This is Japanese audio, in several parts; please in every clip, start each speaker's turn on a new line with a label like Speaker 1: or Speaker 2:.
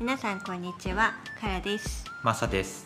Speaker 1: 皆さんこんにちはカラです
Speaker 2: マサです。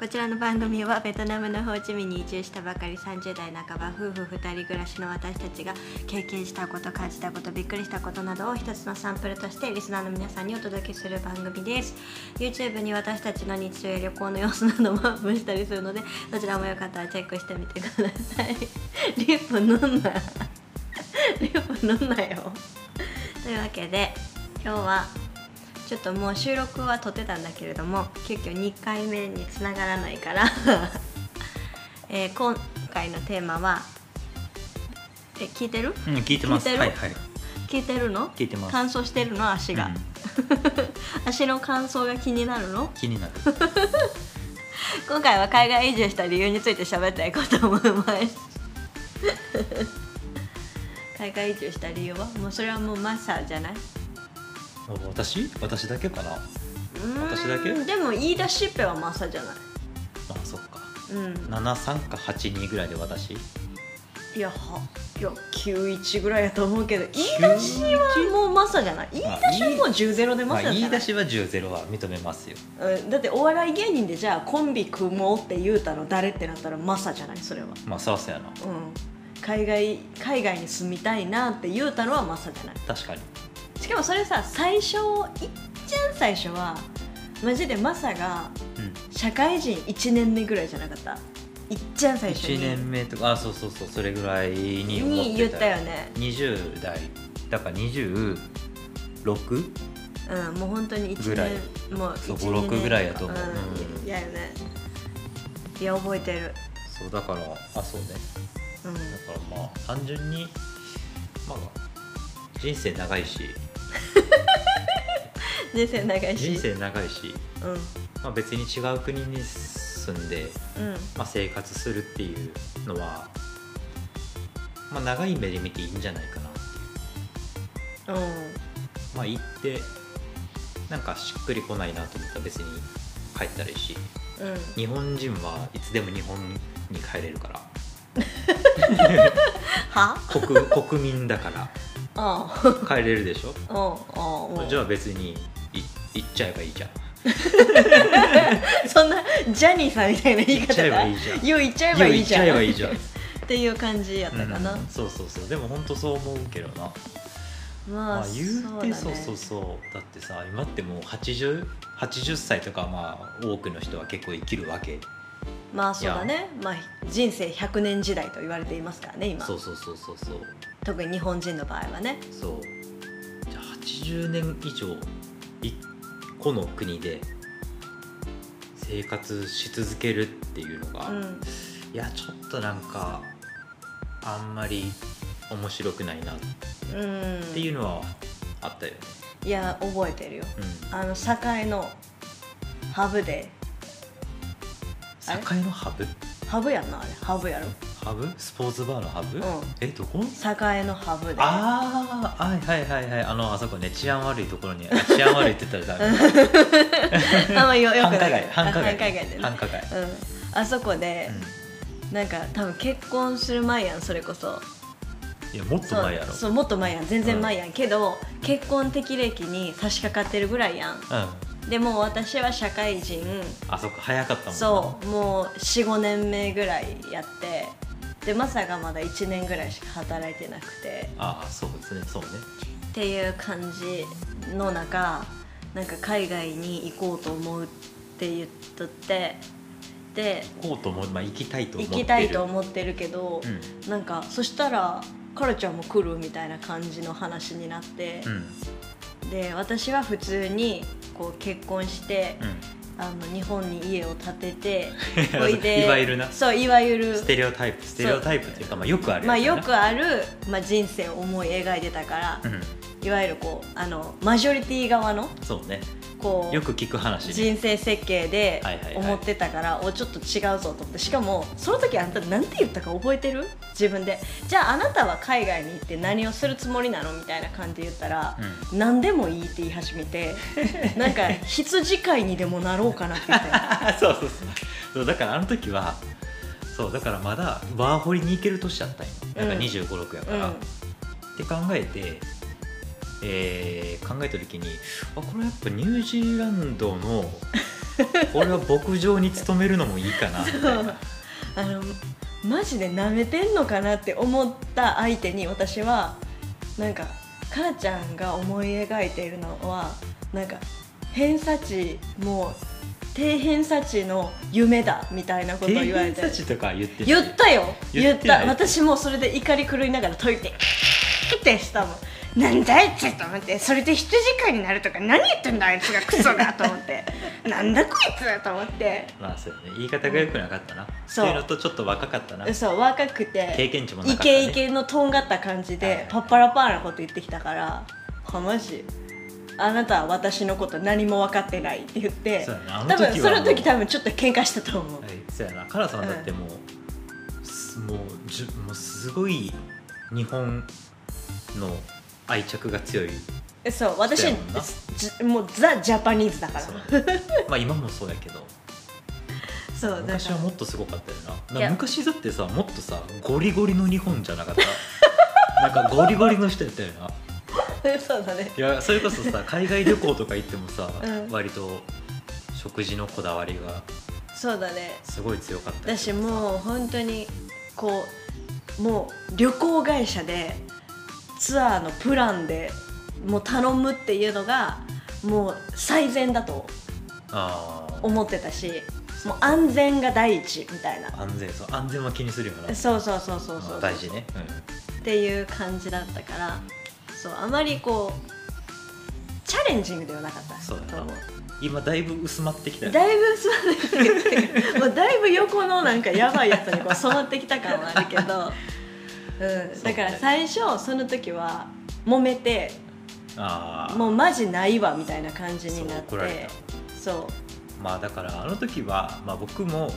Speaker 1: こちらの番組はベトナムのホーチミンに移住したばかり30代半ば夫婦2人暮らしの私たちが経験したこと感じたことびっくりしたことなどを一つのサンプルとしてリスナーの皆さんにお届けする番組です YouTube に私たちの日常や旅行の様子などもアップしたりするのでそちらもよかったらチェックしてみてください リップ飲んだリ ップ飲んだよというわけで今日はちょっともう収録は撮ってたんだけれども急遽2回目につながらないから えー今回のテーマはえ聞いてる
Speaker 2: うん、聞いてます。
Speaker 1: 聞いてる
Speaker 2: はいはい。
Speaker 1: 聞いてるの
Speaker 2: 聞いてます
Speaker 1: 乾燥してるの足が、
Speaker 2: うん
Speaker 1: 足の乾燥が気になるの
Speaker 2: 気になる。
Speaker 1: 今回は海外移住した理由について喋っていこうと思います 海外移住した理由はもうそれはもうマスターじゃない
Speaker 2: 私私だけかな。ま私だけ
Speaker 1: うーんでも言い出しっぺはマサじゃない
Speaker 2: あそっか。
Speaker 1: うん
Speaker 2: 七三か八二ぐらいで私。
Speaker 1: いやはいや91ぐらいやと思うけど言い出しはもうマサじゃない言い出しはもう10ゼロで
Speaker 2: ま
Speaker 1: マ
Speaker 2: あ
Speaker 1: サじ
Speaker 2: 言
Speaker 1: ゃ
Speaker 2: い
Speaker 1: な
Speaker 2: 出
Speaker 1: い、
Speaker 2: しは10ゼロは認めますよ。
Speaker 1: うん、だってお笑い芸人でじゃあコンビ組もうって言うたの誰ってなったらマサじゃないそれは
Speaker 2: まあそうそうやな。
Speaker 1: うん海外海外に住みたいなって言うたのはマサじゃない
Speaker 2: 確かに。
Speaker 1: しかもそれさ最初いっちゃん最初はマジでマサが
Speaker 2: うん。
Speaker 1: 社会人1年目ぐらいじゃなかったいっちゃん最初に
Speaker 2: 一年目とかあそうそうそうそれぐらいに思ってた。
Speaker 1: に言ったよ。ね
Speaker 2: 二十代だから二十六
Speaker 1: うんもう本当に1
Speaker 2: ぐらい
Speaker 1: 年もう
Speaker 2: そう
Speaker 1: 1
Speaker 2: 5 6ぐらいやと思う
Speaker 1: うん
Speaker 2: うん
Speaker 1: いやよねいや覚えてる
Speaker 2: そうだからあそうね
Speaker 1: うん
Speaker 2: だからまあ単純にまあ人生長いし
Speaker 1: 人生長いし
Speaker 2: 人生長いし。
Speaker 1: うん
Speaker 2: まあ、別に違う国に住んで、
Speaker 1: うん
Speaker 2: まあ、生活するっていうのは、まあ、長い目で見ていいんじゃないかな、
Speaker 1: うん
Speaker 2: まあ、行ってなんかしっくりこないなと思ったら別に帰ったらいいし
Speaker 1: うん
Speaker 2: 日本人はいつでも日本に帰れるから
Speaker 1: は
Speaker 2: 国 国民だから
Speaker 1: あ
Speaker 2: 帰れるでしょ
Speaker 1: あうんうん
Speaker 2: じゃあ別にい行っちゃえばいいじゃん
Speaker 1: あそんなジャニーさんみたいな言い
Speaker 2: 行っ
Speaker 1: 方
Speaker 2: ちゃえば
Speaker 1: が
Speaker 2: いいじゃん
Speaker 1: よう言っちゃえばいい
Speaker 2: 行っ
Speaker 1: じ
Speaker 2: ち
Speaker 1: ゃ
Speaker 2: ゃ
Speaker 1: ん
Speaker 2: えばいいじゃん
Speaker 1: っていう感じやったかな、
Speaker 2: うんそうそうそうでも本当そう思うけどな
Speaker 1: ま
Speaker 2: ま
Speaker 1: あ、
Speaker 2: あ、言うてそう
Speaker 1: だね
Speaker 2: そうそうだってさ今ってもう 80, 80歳とかまあ多くの人は結構生きるわけ
Speaker 1: まあそうだねまあ人生100年時代と言われていますからね今
Speaker 2: そうそうそうそうそう
Speaker 1: 特に日本人の場合はね
Speaker 2: そうじゃあ80年以上一個の国で生活し続けるっていうのが、
Speaker 1: う
Speaker 2: い
Speaker 1: ん
Speaker 2: やちょっとなんかあんまり面白くないなっ
Speaker 1: うん
Speaker 2: ていうのはあったよね、
Speaker 1: いや覚えてるよ
Speaker 2: うん、
Speaker 1: あの堺のハブであれ
Speaker 2: 境のハブ
Speaker 1: ハブやんなあれハブやろ
Speaker 2: ハブスポーツバーのハブ、
Speaker 1: ん
Speaker 2: えどこ
Speaker 1: 堺のハブで
Speaker 2: ああはいはいはいはいあのあそこね治安悪いところにあ治安悪いって言ったらダ メ
Speaker 1: あんまよよくな
Speaker 2: 繁華
Speaker 1: い
Speaker 2: 街繁華
Speaker 1: あ
Speaker 2: 街
Speaker 1: 繁華街でね
Speaker 2: 繁華街
Speaker 1: うんあそこで、なんか多分結婚する前やんそれこそ
Speaker 2: うんいやもっと前やろ
Speaker 1: そう
Speaker 2: う
Speaker 1: そうもっと前やん全然前やん、けど結婚適齢期に差し掛かってるぐらいやん
Speaker 2: ん
Speaker 1: でもう私は社会人
Speaker 2: あそこ早かったもんな
Speaker 1: そうもう45年目ぐらいやってでマサがまだ1年ぐらいしか働いてなくて
Speaker 2: ああそうですねそうね
Speaker 1: っていう感じの中なんか海外に行こうと思うって言っとってで
Speaker 2: 行こうと思うまあ行きたいと
Speaker 1: 行
Speaker 2: 思ってる
Speaker 1: きたいと思ってるけど、
Speaker 2: うん
Speaker 1: なんかそしたらカラちゃんも来るみたいな感じの話になって
Speaker 2: う、ん
Speaker 1: で私は普通にこう結婚して、
Speaker 2: うん
Speaker 1: あの日本に家を建て てほ
Speaker 2: いわゆるな
Speaker 1: そういわゆる
Speaker 2: ステレオタイプステレオタイプっていうかまあよくある
Speaker 1: まあ、
Speaker 2: やつや
Speaker 1: よ
Speaker 2: な
Speaker 1: くある、まあ、人生を思い描いてたから、
Speaker 2: うん
Speaker 1: いわゆるこうあのマジョリティ側の
Speaker 2: そうね
Speaker 1: こう
Speaker 2: よく聞く話ね
Speaker 1: 人生設計で
Speaker 2: はいはいはい
Speaker 1: 思ってたから、おちょっと違うぞと思ってしかもその時あんた何て言ったか覚えてる自分でじゃああなたは海外に行って何をするつもりなのみたいな感じで言ったら、何でもいいって言い始め てなんか羊飼いにでもなろうかなって言って
Speaker 2: あ そうそうそうそうだからあの時はそうだからまだワーホリに行ける年だったんよなんか
Speaker 1: うん
Speaker 2: 2 5 6やか
Speaker 1: うん
Speaker 2: ら、って考えてえー考えた時にあこれやっぱニュージーランド のこれは牧場に勤めるのもいいかなみたいな
Speaker 1: あのマジで舐めてんのかなって思った相手に私はなんか母ちゃんが思い描いているのはなんか偏差値もう低偏差値の夢だみたいなことを
Speaker 2: 低
Speaker 1: 言われ
Speaker 2: 偏
Speaker 1: て
Speaker 2: 差値とか言ってない
Speaker 1: 言ったよ言
Speaker 2: 言
Speaker 1: っ
Speaker 2: ってない
Speaker 1: た私もそれで怒り狂いながら解いてキーってしたもんなんだいちょっと待ってそれで羊飼いになるとか何言ってんだあいつがクソだと思ってなんだこいつだと思って
Speaker 2: まあそうよね言い方が良くなかったな、
Speaker 1: そう
Speaker 2: っていうのとちょっと若かったな
Speaker 1: 嘘若くて
Speaker 2: 経験値もなか
Speaker 1: イ
Speaker 2: った、ね、
Speaker 1: ケイケのとんがった感じ
Speaker 2: はいはい
Speaker 1: でパッパラパーなこと言ってきたから「はマジあなたは私のこと何も分かってない」って言って
Speaker 2: そうやなあの
Speaker 1: 多
Speaker 2: 時は
Speaker 1: 分その時
Speaker 2: も
Speaker 1: 多分ちょっと喧嘩したと思う
Speaker 2: う、はいそうやなカラさんだってもう、すもうじゅもうすごい日本の愛着が強い
Speaker 1: えそう私
Speaker 2: そうやもんな
Speaker 1: じもうザ・ジャパニーズだから
Speaker 2: そ
Speaker 1: そう
Speaker 2: うまあ今もそうやけど
Speaker 1: だから
Speaker 2: 昔はもっとすごかったよななんか
Speaker 1: いや
Speaker 2: 昔だってさもっとさゴリゴリの日本じゃなかった なんかゴリゴリの人やったよな
Speaker 1: そうだね
Speaker 2: いやそれこそ さ海外旅行とか行ってもさ、
Speaker 1: うん
Speaker 2: 割と食事のこだわりが
Speaker 1: そうだね
Speaker 2: すごい強かったり
Speaker 1: 私
Speaker 2: とかさ
Speaker 1: もう本当にこうもう旅行会社でツアーのプランでもう頼むっていうのがもう最善だと
Speaker 2: あー
Speaker 1: 思ってたしもう安全が第一みたいな
Speaker 2: 安全そう安全は気にするよな
Speaker 1: そうそうそうそうそう
Speaker 2: まあ大事ね、
Speaker 1: っていう感じだったからそうあまりこうチャレンジングではなかった
Speaker 2: そうだな
Speaker 1: と思
Speaker 2: 今だいぶ薄まってきたよね
Speaker 1: だいぶすまなく てもうだいぶ横のなんかやばいやつにこう染まってきた感はあるけど、うん、だから最初その時は揉めて
Speaker 2: ああ
Speaker 1: もうマジないわみたいな感じになっ
Speaker 2: そう怒られ
Speaker 1: てそう
Speaker 2: まあだからあの時は、まあ、僕も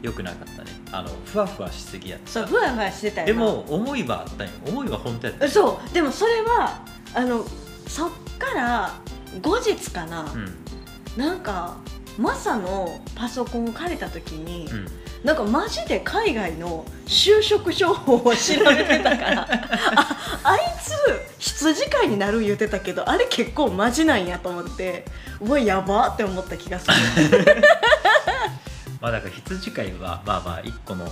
Speaker 2: 良くなかったねあのふわふわしすぎやった
Speaker 1: そうふわふわしてたよな
Speaker 2: でも思いはあったんよ思いは本当やったんよ
Speaker 1: そうでもそれはあのそっから後日かな、
Speaker 2: うん
Speaker 1: なんかマサのパソコンを借りた時に、
Speaker 2: うん
Speaker 1: なんかマジで海外の就職情報を調べてたから ああいつ羊飼いになる言うてたけどあれ結構マジなんやと思ってうわやばって思った気がす る
Speaker 2: まあだから羊飼いはまあまあ一個のま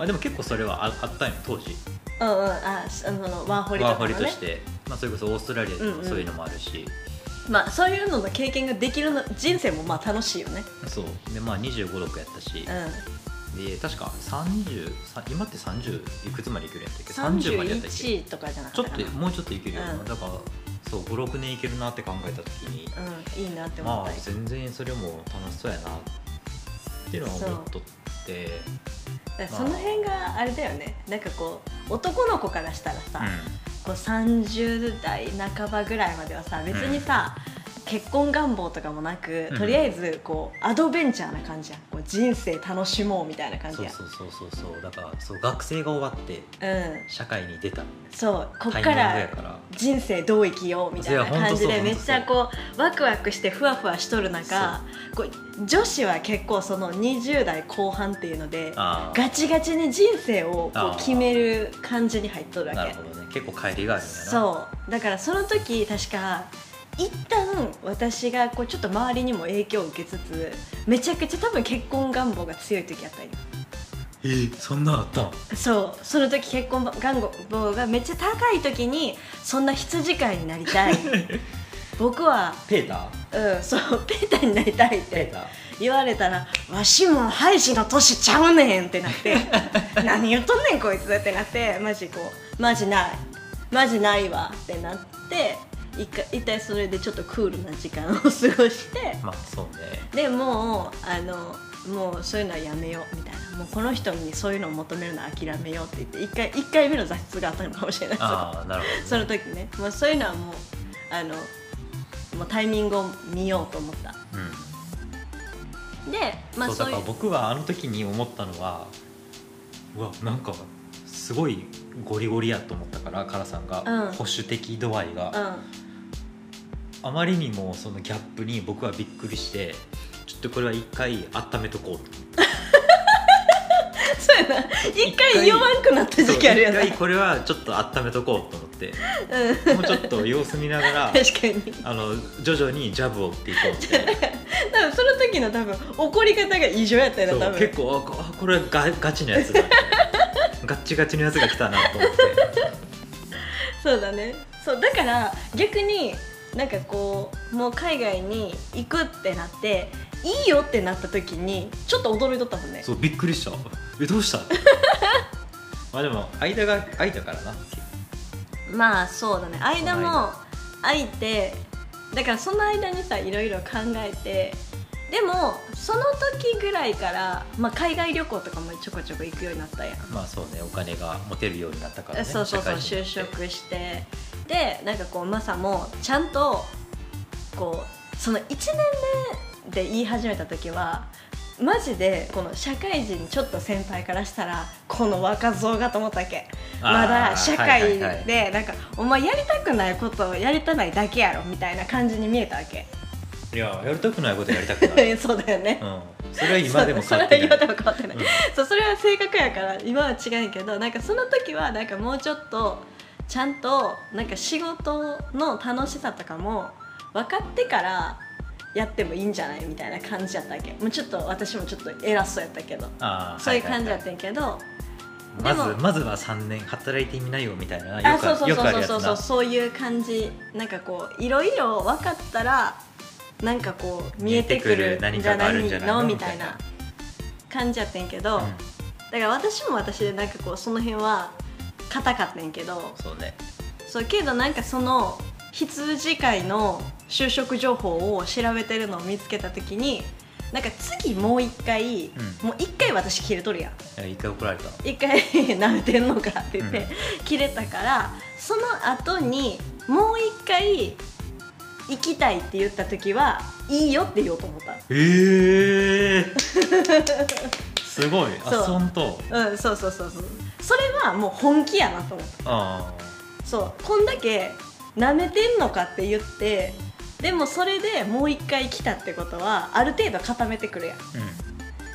Speaker 2: あでも結構それはああったんよ当時
Speaker 1: うんうんあそのワーホリと
Speaker 2: ワー
Speaker 1: か
Speaker 2: ホ
Speaker 1: も
Speaker 2: リ
Speaker 1: ね
Speaker 2: として、まあ、それこそオーストラリアと
Speaker 1: うんうん
Speaker 2: かそういうのもあるし、
Speaker 1: まあそういうのの経験ができるの人生もまあ楽しいよね
Speaker 2: そうでまあ2 5 6やったし、
Speaker 1: う
Speaker 2: で確か30さ今って30いくつまでいけるんやったっけ
Speaker 1: ん
Speaker 2: 30までやったっけ
Speaker 1: 31とかじゃな
Speaker 2: ち
Speaker 1: か
Speaker 2: ょ
Speaker 1: っ
Speaker 2: った
Speaker 1: か
Speaker 2: と
Speaker 1: な
Speaker 2: もうちょっといけるよな、
Speaker 1: うん
Speaker 2: だからそう56年いけるなって考えた時に
Speaker 1: うんいいなって思
Speaker 2: ま
Speaker 1: っ
Speaker 2: あ
Speaker 1: た
Speaker 2: 全然それも楽しそうやなっていうのは思っとって
Speaker 1: だからその辺があれだよねなんかこう男の子からしたらさ、
Speaker 2: う
Speaker 1: こう30代半ばぐらいまではさ別にさ、結婚願望とかもなく、
Speaker 2: うん
Speaker 1: とりあえずこうアドベンチャーな感じやんこう人生楽しもうみたいな感
Speaker 2: ん
Speaker 1: じ
Speaker 2: そう
Speaker 1: や
Speaker 2: そうそうそうそうだからそう学生が終わって
Speaker 1: うん
Speaker 2: 社会に出た
Speaker 1: そうこっ
Speaker 2: タイミング
Speaker 1: か
Speaker 2: や
Speaker 1: ら
Speaker 2: から
Speaker 1: 人生どう生きようみたいな感じ
Speaker 2: いや
Speaker 1: で
Speaker 2: ほん
Speaker 1: めっ
Speaker 2: とそう
Speaker 1: ちゃこうワクワクしてふわふわしとる中こう女子は結構その20代後半っていうので
Speaker 2: あ
Speaker 1: ガチガチに人生をこ
Speaker 2: あ
Speaker 1: う
Speaker 2: ー
Speaker 1: 決める感じに入っとる
Speaker 2: あ
Speaker 1: わけ
Speaker 2: なるほどね結構帰りがあるんやな
Speaker 1: そうだからその時確か一旦私がこうちょっと周りにも影響を受けつつめちゃくちゃ多分結婚願望が強い時やったんよ
Speaker 2: えーそんなんあったん
Speaker 1: そうその時結婚願望がめっちゃ高い時にそんな羊飼いになり たい僕は
Speaker 2: ペーター
Speaker 1: うんそうペーターになりたいっ
Speaker 2: ペー
Speaker 1: て
Speaker 2: ター
Speaker 1: 言われたらわしもハイジの年ちゃうねんってなって 何言っとんねんこいつってなってマジこうマジないマジないわってなって一回一体それでちょっとクールな時間を過ごして
Speaker 2: まあそうね
Speaker 1: でもうあのもうそういうのはやめようみたいなもうこの人にそういうのを求めるのは諦めようって言って一回一回目の挫折があったのかもしれないです
Speaker 2: ああなるほど、ね、
Speaker 1: その時ねもうそういうのはもうあのもうタイミングを見ようと思った
Speaker 2: うん
Speaker 1: でまあ
Speaker 2: そう
Speaker 1: そう
Speaker 2: だか
Speaker 1: い
Speaker 2: ら
Speaker 1: う
Speaker 2: 僕はあの時に思ったのはうわなんかすごいゴリゴリやと思ったからカラさんが、
Speaker 1: うん
Speaker 2: 保守的度合いが、
Speaker 1: うん
Speaker 2: あまりにもそのギャップに僕はびっくりしてちょっとこれは一回温めとこうと
Speaker 1: そうやな一回弱くなった時期あるよ
Speaker 2: そう一
Speaker 1: ね
Speaker 2: 回これはちょっと温めとこうと思っって
Speaker 1: うん
Speaker 2: もうちょっと様子見ながら
Speaker 1: 確かに
Speaker 2: あの徐々にジャブを打っていこうみた いな
Speaker 1: 多分その時の多分怒り方が異常やったよな多
Speaker 2: そう
Speaker 1: 分
Speaker 2: 結構あこあこれはガガチのやつだガッチガチのやつが来たなと思って
Speaker 1: そうだねそうだから逆になんかこうもう海外に行くってなっていいよってなった時にちょっと驚いとったもんね
Speaker 2: そうびっくりしたえど うしたまあでも間が空いたからな
Speaker 1: まあそうだね間も空いてだからその間にさいろいろ考えてでもその時ぐらいから、まあ、海外旅行とかもちょこちょこ行くようになったやん
Speaker 2: まあそうねお金が持てるようになったからね
Speaker 1: そうそうそう就
Speaker 2: 社会人になって
Speaker 1: 職してでなんかこうマサもちゃんとこうその1年目で言い始めた時はマジでこの社会人ちょっと先輩からしたらこの若造がと思ったわけ
Speaker 2: あー
Speaker 1: まだ社会
Speaker 2: はいはいは
Speaker 1: でなんかお前やりたくないことをやりたないだけやろみたいな感じに見えたわけ
Speaker 2: いややりたくないことやりたくない、うん、
Speaker 1: そうだよね
Speaker 2: それは今でも
Speaker 1: そう
Speaker 2: 変わって
Speaker 1: それは今
Speaker 2: ない
Speaker 1: でも変わってないそうそれは性格やから今は違うけどなんかその時はなんかもうちょっとちゃんとなんか仕事の楽しさとかも分かってからやってもいいんじゃないみたいな感じやったわけもうちょっと私もちょっと偉そうやったけど
Speaker 2: あー
Speaker 1: そういう感じやっ
Speaker 2: はいは
Speaker 1: たんやけど
Speaker 2: いはいまずまずは3年働いてみなよみたいなよく
Speaker 1: あ
Speaker 2: あ
Speaker 1: そうそう
Speaker 2: よく
Speaker 1: そうそ
Speaker 2: ある
Speaker 1: う
Speaker 2: やつ
Speaker 1: そうそう
Speaker 2: な
Speaker 1: そういう感じなんかこういろいろ分かったらなんかこう見えてくるんじゃない
Speaker 2: 見えてくる何かがあるんじゃないの
Speaker 1: のみたいな感じやってんけど、
Speaker 2: うん
Speaker 1: だから私も私でなんかこうその辺は硬かったんやけど
Speaker 2: そうね
Speaker 1: そうけどなんかその羊飼いの就職情報を調べてるのを見つけた時になんか次もう一回、
Speaker 2: う
Speaker 1: もう一回私切れとるやん
Speaker 2: いや一回怒られた
Speaker 1: 一回舐めてんのかって言って、
Speaker 2: うん
Speaker 1: 切れたからその後にもう一回行きたいって言った時はいいよって言おうと思った
Speaker 2: ええ すごい
Speaker 1: そう
Speaker 2: あそんと
Speaker 1: うんそうそうそうそうそれはもう本気やなと思った
Speaker 2: ああ
Speaker 1: そうこんだけ舐めてんのかって言ってでもそれでもう一回来たってことはある程度固めてくるやん
Speaker 2: う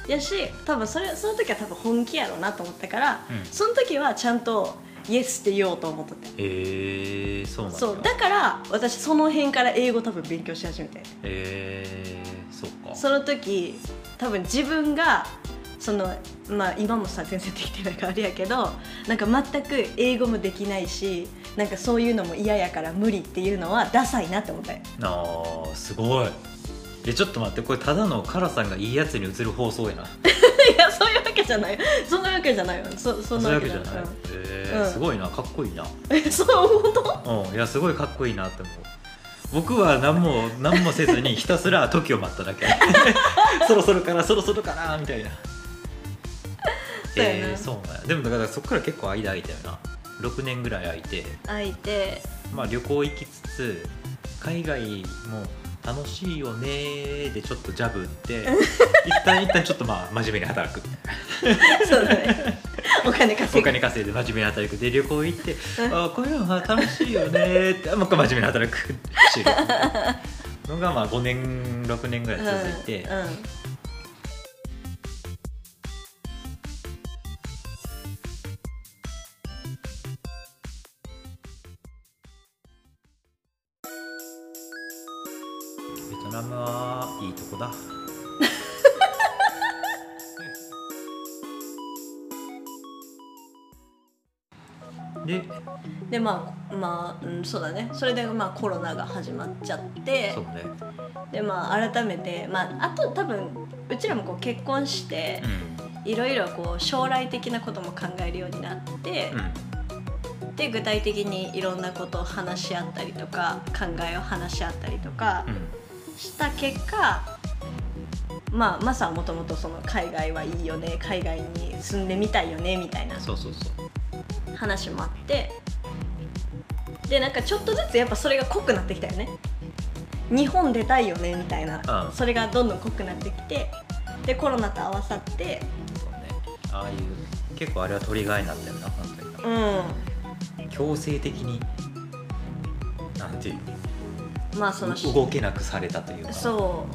Speaker 1: やし多分それその時は多分本気やろうなと思ったから、
Speaker 2: うん
Speaker 1: その時はちゃんとイエスって言おうと思ってて
Speaker 2: んへえそうなんだ
Speaker 1: そうだから私その辺から英語多分勉強し始めて
Speaker 2: へえそうか
Speaker 1: その時多分自分がそのまあ今もさ全然できてないからあれやけどなんか全く英語もできないしなんかそういうのも嫌やから無理っていうのはダサいなって思った よ
Speaker 2: あーすごいえちょっと待ってこれただのカラさんがいいやつに映る放送やない
Speaker 1: やそういうわけじゃないそんなわけじゃないよそそん
Speaker 2: そう
Speaker 1: な
Speaker 2: いう
Speaker 1: わ
Speaker 2: わ
Speaker 1: け
Speaker 2: け
Speaker 1: じ
Speaker 2: じ
Speaker 1: ゃ
Speaker 2: ゃ
Speaker 1: ないう
Speaker 2: ない、
Speaker 1: ん
Speaker 2: え
Speaker 1: うん
Speaker 2: ー、すごいなかっこいいな
Speaker 1: え そう本当
Speaker 2: うんいやすごいかっこいいなって思う僕は 何も何もせずにひたすら時を待っただけそろそろからそろそろからみたいな
Speaker 1: そうやな
Speaker 2: えーそうなんやでもだからそっから結構間空いたよな6年ぐらい空いて
Speaker 1: 相手
Speaker 2: まあ、旅行行きつつ海外も楽しいよねーでちょっとジャブ打って 一旦一旦ちょっとまあ真面目に働く
Speaker 1: そうだね お金
Speaker 2: お
Speaker 1: 稼ぐ
Speaker 2: 金稼いで真面目に働くで旅行行って
Speaker 1: うん
Speaker 2: あーこういうのは楽しいよねーってあもう一回真面目に働くしてるのがまあ5年6年ぐらい続いて、
Speaker 1: うんうん
Speaker 2: ベトナムはいいと こだで
Speaker 1: でまあまあ、うん、そうだねそれでまあコロナが始まっちゃって
Speaker 2: そうね
Speaker 1: でまあ改めてまああと多分うちらもこう結婚して
Speaker 2: う
Speaker 1: いろいろこう将来的なことも考えるようになって
Speaker 2: ん、う、ん
Speaker 1: で具体的にいろんなことを話し合ったりとか考えを話し合ったりとか
Speaker 2: うん
Speaker 1: した結果まあマサはもともとその海外はいいよね海外に住んでみたいよねみたいな
Speaker 2: そうそうそう
Speaker 1: 話もあってでなんかちょっとずつやっぱそれが濃くなってきたよね日本出たいよねみたいな、
Speaker 2: うん
Speaker 1: それがどんどん濃くなってきてでコロナと合わさって
Speaker 2: そうねああいう結構あれはトリガーになったよな本当に
Speaker 1: うん
Speaker 2: 強制的になんていう
Speaker 1: まあその
Speaker 2: 動けなくされたというか
Speaker 1: そ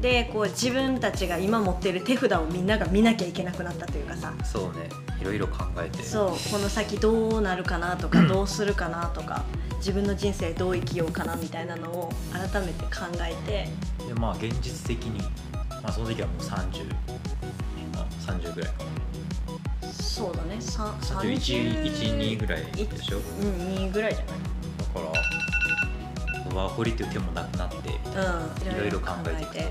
Speaker 1: でこう自分たちが今持ってる手札をみんなが見なきゃいけなくなったというかさ
Speaker 2: そうねいろいろ考えて
Speaker 1: そうこの先どうなるかなとかどうするかなとか自分の人生どう生きようかなみたいなのを改めて考えて
Speaker 2: でまあ現実的に、まあ、その時はもう30、まあ、30ぐらいか
Speaker 1: そうだねさ
Speaker 2: な3112ぐらいでしょ
Speaker 1: うん2ぐらいじゃ
Speaker 2: だからワーホリっていう手もなくなってい
Speaker 1: ないうん
Speaker 2: ろいろ考えていくと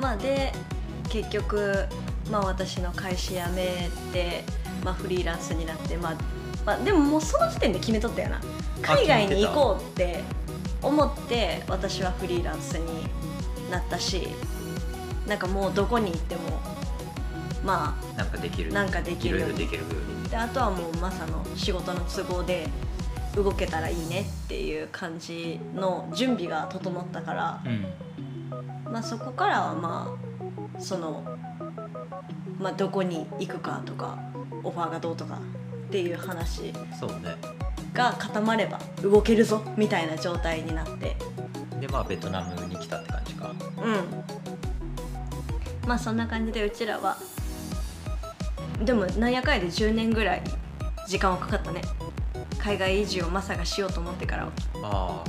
Speaker 1: まあで結局、まあ、私の会社辞めて、まあ、フリーランスになって、まあまあ、でももうその時点で決めとったよな海外に行こうって思って私はフリーランスになったしなんかもうどこに行ってもまあ
Speaker 2: なんかできる
Speaker 1: なんかできる
Speaker 2: いろいろできるように
Speaker 1: であとはもうマサの仕事の都合で動けたらいいねっていう感じの準備が整ったから、
Speaker 2: うん
Speaker 1: まあ、そこからはまあその、まあ、どこに行くかとかオファーがどうとかっていう話
Speaker 2: そうね
Speaker 1: が固まれば動けるぞみたいな状態になって
Speaker 2: でまあベトナムに来たって感じか
Speaker 1: うんまあそんな感じでうちらはでもなんやかんやで10年ぐらい時間はかかったね海外移住をマサがしようと思ってからは
Speaker 2: あ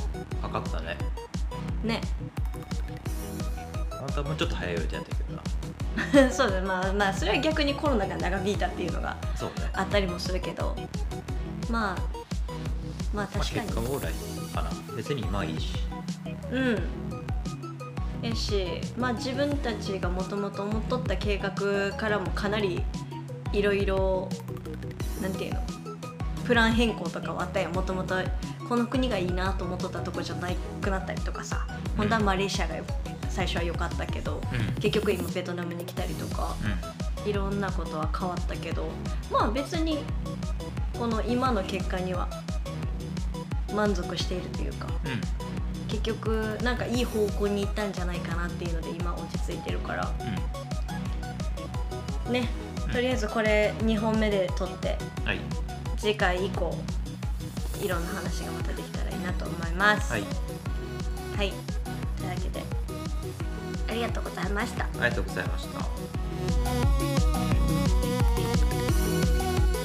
Speaker 2: あかかったね
Speaker 1: ね
Speaker 2: 本当はもうちょっと早い予定だったけど な
Speaker 1: そうだねまあまあそれは逆にコロナが長引いたっていうのが
Speaker 2: そうね
Speaker 1: あったりもするけどまあまあ
Speaker 2: まあ、
Speaker 1: 確かに
Speaker 2: 結果往来かな別にまあいいし
Speaker 1: うんえし、まあ、自分たちがもともと思っとった計画からもかなりいろいろなんていうのプラン変更とかはあったよもともとこの国がいいなと思っとったとこじゃなくなったりとかさ本当はマレーシアが最初は良かったけど
Speaker 2: うん
Speaker 1: 結局今ベトナムに来たりとかいろんなことは変わったけどまあ別にこの今の結果には満足しているというか。
Speaker 2: うんうん
Speaker 1: 結局なんかいい方向に行ったんじゃないかなっていうので今落ち着いてるからね
Speaker 2: うん
Speaker 1: とりあえずこれ2本目で撮って
Speaker 2: うんはい
Speaker 1: 次回以降いろんな話がまたできたらいいなと思います
Speaker 2: はい
Speaker 1: はい、というわけでありがとうございました
Speaker 2: ありがとうございました